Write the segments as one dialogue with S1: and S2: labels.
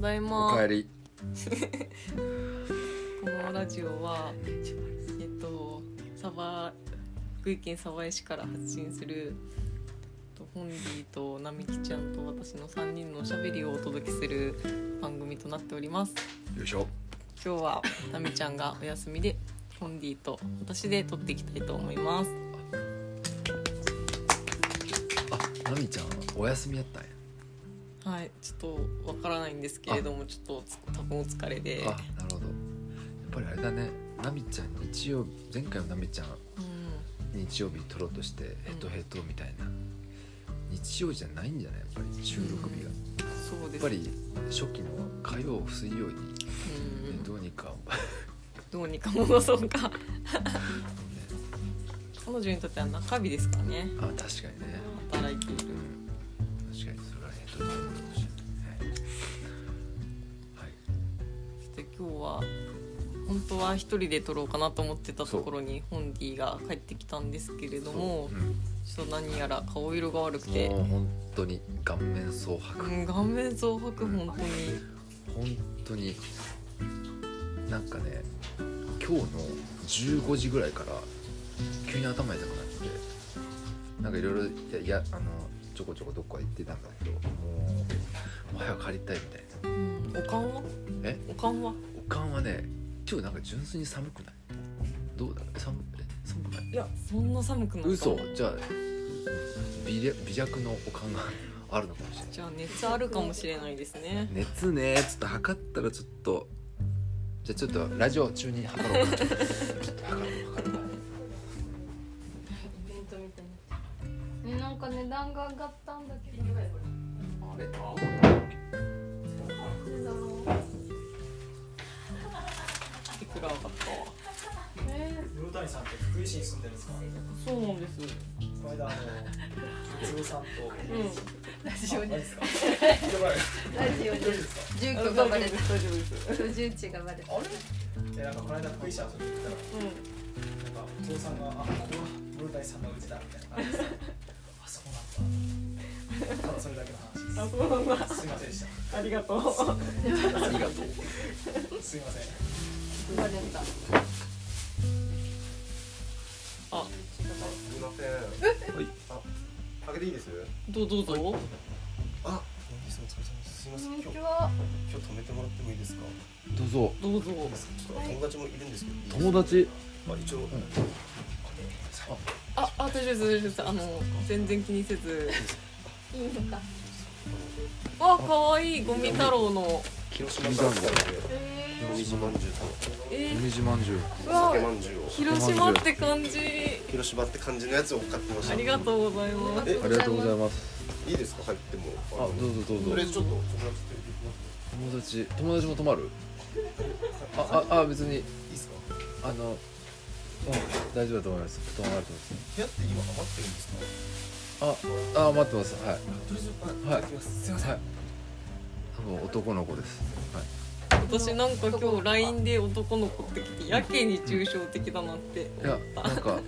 S1: だい
S2: お
S1: ま
S2: かえり
S1: このラジオはえっとサバ福井県鯖江市から発信するえっとホンディと並木ちゃんと私の3人のおしゃべりをお届けする番組となっております
S2: よいしょ
S1: 今日は並木ちゃんがお休みでホンディと私で撮っていきたいと思います
S2: あナミちゃんお休みやったんや
S1: はいちょっとわからないんですけれどもちょっと多分お疲れで
S2: あなるほどやっぱりあれだねナミちゃん日曜日前回のナミちゃん
S1: うん
S2: 日曜日撮ろうとしてヘトヘトみたいな、日曜じゃないんじゃないやっぱり収録日が、や
S1: そうで
S2: っ
S1: す
S2: ぱり初期の火曜水曜に、
S1: う
S2: ね
S1: んうん
S2: どうに か
S1: どうにか戻そうか彼女にとっては中日ですかね
S2: あ確かにね
S1: 働いている
S2: うん確かにそれはヘトヘトかもしれないはい、
S1: で今日は本当は一人で撮ろうかなと思ってたところにホンディが帰ってきたんですけれども
S2: はいうん
S1: ちょっと何やら顔色が悪くて、
S2: もう本当に顔面蒼
S1: う
S2: 白、
S1: ん、顔面蒼白本当に
S2: 本当になんかね今日の15時ぐらいから急に頭痛くなってなんかいろいろいやいやあのちょこちょこどっか行ってたんだけどもうもう早く帰りたいみたいな
S1: うんおかんは
S2: え
S1: おかんは
S2: おかんはね今日なんか純粋に寒くないどうだろう寒え寒くない
S1: いやそんな寒くなった
S2: 嘘じゃあ微略微弱のおかんがあるのかもしれない
S1: じゃあ熱あるかもしれないですね
S2: 熱ねちょっと測ったらちょっとじゃあちょっとラジオ中に測 ろうかちょっと測ろう測ろう
S3: イベントみたいな。ね、なんか値段が上がったんだけど。
S2: あれ
S1: いくら上がったわ
S3: え
S4: 室谷さんって福井市に住んでるんですか
S1: そうなんです
S4: この間あの哲夫さんと
S1: う
S3: ラジ
S4: あ
S3: オ
S4: マジ
S3: に。
S4: ですかやばい
S3: ラジオに
S4: 大丈夫。です
S3: 住
S1: ん
S3: 居がバレ
S1: 大丈夫です
S3: た。
S1: 大丈夫です
S3: 居住地がバレた。
S4: かあれでなんかこの間福井市遊びに行ったらなんかお父さんがあここは室谷さんの家だみたいな感じであそうなんだただそれだけの
S1: うんあ
S4: 話
S1: そうなんだ
S4: ですすいませんでし
S1: ありがとう
S2: ありがとう
S4: たすいません
S3: バレた。
S5: すみません。
S2: はい。
S5: あ、開けていいです。
S1: どうどうぞ
S5: あ、いす。お疲れ様です。すみませ
S3: こ
S5: ん。
S3: んに
S5: 今日、
S3: ち
S5: 今
S3: は。
S5: 日止めてもらってもいいですか。
S2: どうぞ
S1: どうぞ
S5: ちょっと友達もいるんですけど。いいですか
S2: 友達
S5: あ、一応。
S1: ああ大丈夫です大丈夫ですあの全然気にせず
S3: いいのか。
S1: わあ可愛いゴミ太郎の
S5: 広島から来たので。
S3: え
S5: 紅葉まんじゅうと
S1: え
S2: 海地まんじゅう
S1: ー、うわ
S5: 酒まんじゅうを。
S1: 広島って感じ
S5: 広島って感じのやつを買ってました。
S1: ありがとうございま
S3: え
S1: す
S5: え、
S2: ありがとうございます
S5: いいですか、入っても。
S2: あどうぞどう
S5: と
S2: ぞ
S5: りあえずちょっと友
S2: 友達
S5: 達
S2: 友達も泊まるあああ別に
S5: といいですか。
S2: あのうん大丈夫だと思います泊まると
S5: 部屋って今余ってるんですか。
S2: 思いますああ待ってますはい
S5: とり
S2: はい
S5: あえず、ただきます。すみません。
S2: はい多分男の子ですはい
S1: 私なんか今日 LINE で男の子って来てやけに抽象的だなって
S2: いや
S1: 思った
S2: なんか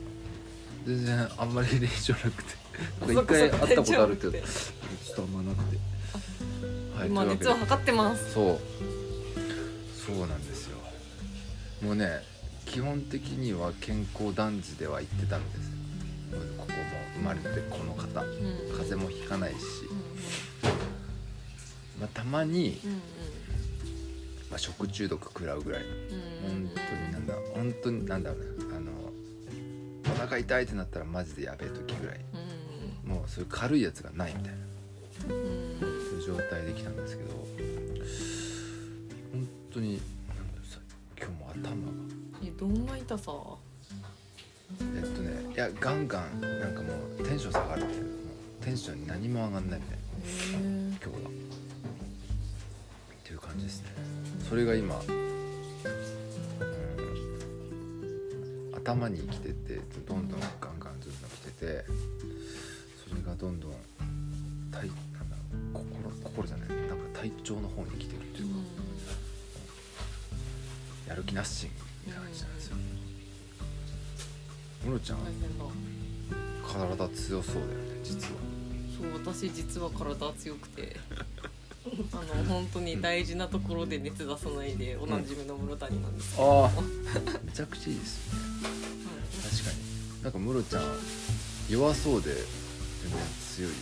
S2: 全然あんまり印象なくて
S1: そ
S2: なん
S1: こ
S2: か一回
S1: そこ
S2: 会ったことあるけど
S1: 大
S2: ち
S1: 丈
S2: ょっとあんまなくてはい
S1: 今
S2: という
S1: 熱を
S2: わけで
S1: 測ってます
S2: そうそうなんですよもうね基本的には健康男児では行ってたんですここも生まれてこの方
S1: うんうんうん
S2: 風邪もひかないし、まあ、たまに、まあ、食中毒食らうぐらいの
S1: うんうん
S2: 本当になんだ本当になんだろうなあのお腹痛いってなったらマジでやべえ時ぐらいもうそういう軽いやつがないみたいな
S1: うんうんうん
S2: そういう状態できたんですけど本当になんだろうさ今日も頭が
S1: えどんな痛さ
S2: えっとねいやガンガンなんかもうテンション下がるみたいなもうテンションに何も上がんないみたいな
S1: へー
S2: 今日はっていう感じですねそれが今、うん、頭に来ててどんどんガンガンずっと来ててそれがどんどん体なんだろう心心じゃないなんか体調の方に来てるっていううか、
S1: ん
S2: やる気なしみたいな感じなんですよムロちゃん
S1: 大変だ
S2: 体強そうだよね実は
S1: そう私実は体強くてあの本当に大事なところで熱出さないでおなじみの室谷なんですけど、
S2: ああめちゃくちゃいいですね確かになんかムロちゃん弱そうででも強いよね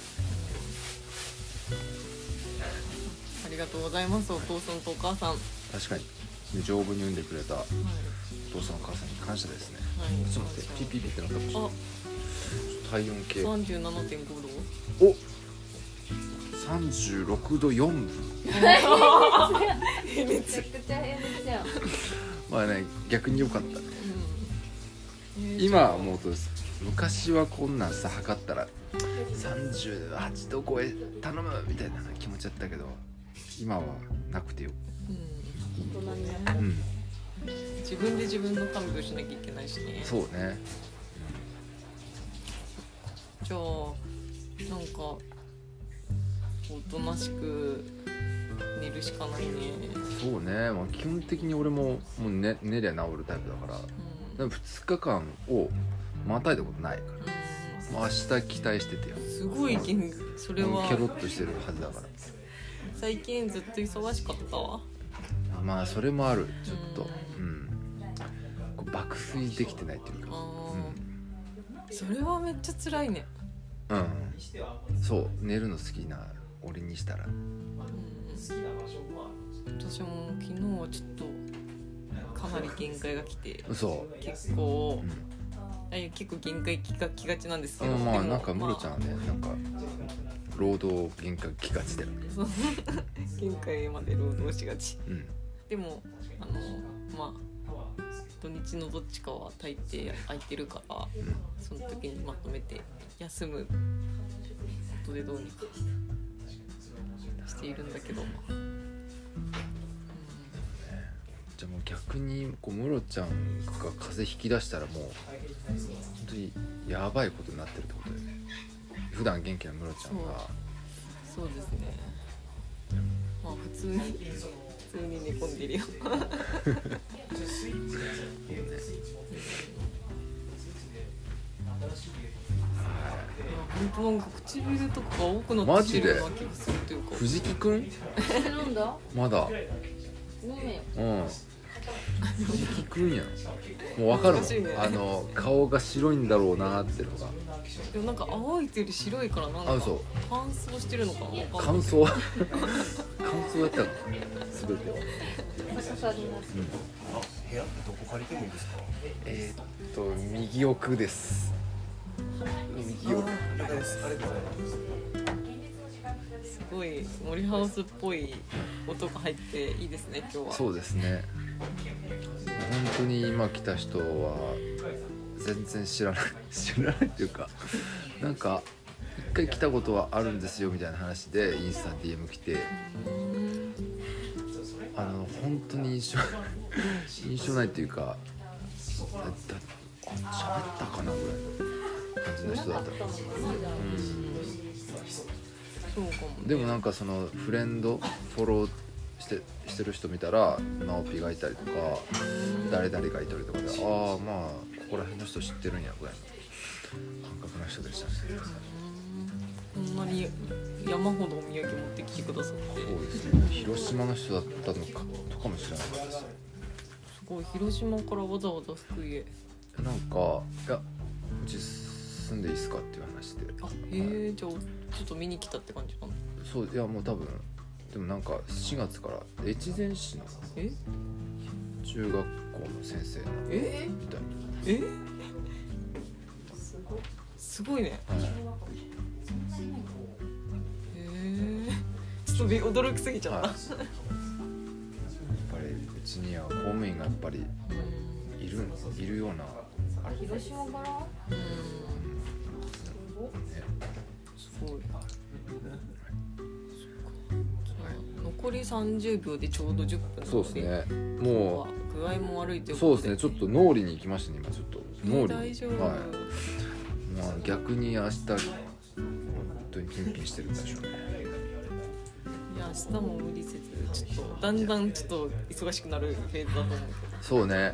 S1: ありがとうございますお父さんとお母さん、はい
S2: 確かにで丈夫に産んでくれたお父さんお母さんに感謝ですね
S1: はい、
S2: ちょっと待ってピッピッピッってなったちょ
S1: あ
S2: っと体温計
S1: 三十七点五度。
S2: お36度4分
S3: めちゃくちゃ平熱じゃん
S2: まあね逆に良かったね
S1: うん
S2: 今はもうそうです昔はこんなんさ測ったら38度超え頼むみたいな気持ちだったけど今はなくてよ
S1: うん
S3: 大人にな
S2: う
S3: る
S2: ん
S1: 自分で自分の看病しなきゃいけないしね。
S2: そうね
S1: じゃあなんかおとなしく寝るしかないね。
S2: そうね、まあ、基本的に俺ももう寝寝りゃ治るタイプだから
S1: うん。
S2: でも2日間をまたいだことないから
S1: う
S2: 明日期待しててよ
S1: んすごい元気それ
S2: もうケロ
S1: は
S2: ッとしてるはずだから
S1: 最近ずっと忙しかったわ。
S2: まあそれもあるちょっと
S1: う
S2: うんこう爆睡できてないっていう
S1: あ
S2: か
S1: あ、それはめっちゃ辛いね。
S2: うん、
S4: にしては
S2: うん、そう寝るの好きな俺にしたら
S4: ま
S1: う
S4: あ好
S1: ん。
S4: きな場所もあ
S1: 私も昨日はちょっとかなり限界が来て
S2: 嘘
S1: 結構
S2: う。ん、
S1: あいや結構限界きがきがちなんですけど、
S2: うん、まあ
S1: でも
S2: なんかムロちゃんはねなんか労働限界来がちだよね
S1: 限界まで労働しがち
S2: うん
S1: でもあのまあ土日のどっちかは大抵空いてるから
S2: うん
S1: その時にまとめて休むことでどうにかしているんだけど、うん
S2: じゃあもう逆にこうムロちゃんが風邪引き出したらもう本当にやばいことになってるってことだよね普段元気なムロちゃんが
S1: そうですねまあ普通に普通に寝込んでるよ
S2: いいね
S1: 本当なんか唇とかが多くなってきてるような気がするというか
S2: 藤木くん
S3: 飲んだ
S2: まだ
S3: 飲めよ
S2: うん藤木くんやんもう分かるも
S1: おかしいね
S2: んあの顔が白いんだろうなってのが
S1: でもなんか青いというより白いからなんか
S2: あ嘘
S1: 乾燥してるのかなわかん
S2: 感
S1: ない
S2: 想感想やったの全ては
S3: お刺さりになる
S5: 部屋ってどこ借りてもいいですか
S2: えー、っと右奥です右奥
S5: 了解ですありがとうございます
S1: すごい森ハウスっぽい音が入っていいですね今日は
S2: そうですね本当に今来た人は全然知らない 知らないっていうかなんか一回来たことはあるんですよみたいな話でインスタ DM 来てあの本当に印象印象ないっていうかだだあ喋ったかなぐらいの感じの人だ
S3: な
S2: っ
S3: かったたもんねじゃあ
S1: そうかも
S2: でもなんかそのフレンドフォローしてしてる人見たら直ピがいたりとか誰々がいたりとかでああまあここら辺の人知ってるんやぐらいの感覚の人でしたね
S1: こんなに山ほどお土産持ってきてくださって
S2: そうですね広島の人だったのかとかも知らなかったです
S1: すごい広島からわざわざ福井へ
S2: なんか「いやうち住んでいいっすか?」っていう話で
S1: あへえじゃあちょっと見に来たって感じかな
S2: そういやもう多分でもなんか4月から越前市の
S1: え
S2: 中学校の先生
S1: え
S2: みたい
S1: えすごいね
S2: な、はい
S1: へえちょっとび驚きすぎちゃっ
S2: はい、やっぱりうちには公務員がやっぱり
S1: た、うん
S2: いるいるような
S3: 広島から
S1: うん
S3: すごい
S1: すごい。残り30秒でちょうど10分なので
S2: そうですねも
S1: 具合も悪いというう
S2: そう
S1: こと
S2: です
S1: で
S2: ねちょっと脳裏に行きましたね今ちょっと脳裏
S1: 大
S2: に、
S1: 丈夫、
S2: はいまあ、逆に明日本当にピンピンしてるんでしょうね
S1: い、や明日も無理せずちょっとだんだんちょっと忙しくなるフェーズだと思う
S2: そうね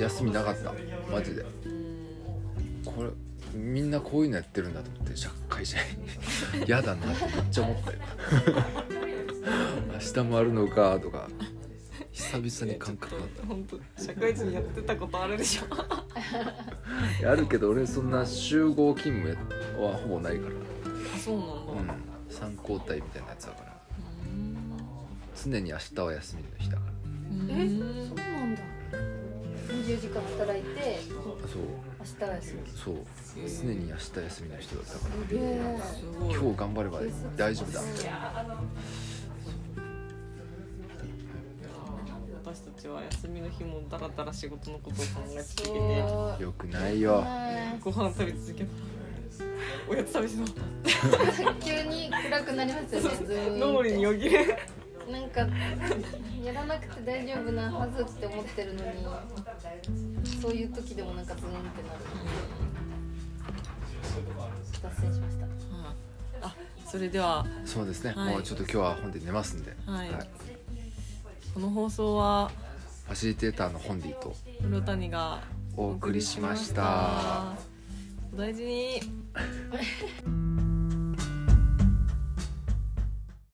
S2: 休みなかったマジで
S1: けどうん
S2: これみんなこう いうのやってるんだと思って社会社員嫌だなってめっちゃ思ったよ下もあるのかとか
S4: です
S2: 久々に感覚あっ
S1: 本当社会人やってたことあるでしょ
S2: たいやあるけど俺そんな集合勤務はほぼないから
S1: あそうなんだ、
S2: うん3交代みたいなやつだから常に明日は休みの日だから
S1: うん
S3: えそうなんだ20時間働いて
S2: そう
S3: 明日は休み
S2: そう常に明日休みの人だったから
S3: すげえ
S1: すごい
S2: 今日頑張れば大丈夫だみたいな
S1: 私たちは休みの日もだらだら仕事のことを考え続けて
S3: そう
S2: よくないよ
S1: ご飯食べ続けたおやつ食べてなかっ
S3: 急に暗くなりますよねズ
S1: た
S3: ーン
S1: 脳裏によぎれ
S3: なんかやらなくて大丈夫なはずって思ってるのにそういう時でもなんかズーンってなる脱線しました
S1: あそれでは
S2: そうですね、
S1: はい
S2: もうちょっと今日は本で寝ますんで、
S1: はいこの放送は
S2: ファシリテーターのホンディと
S1: 室谷が
S2: お送りしました。
S1: お大事に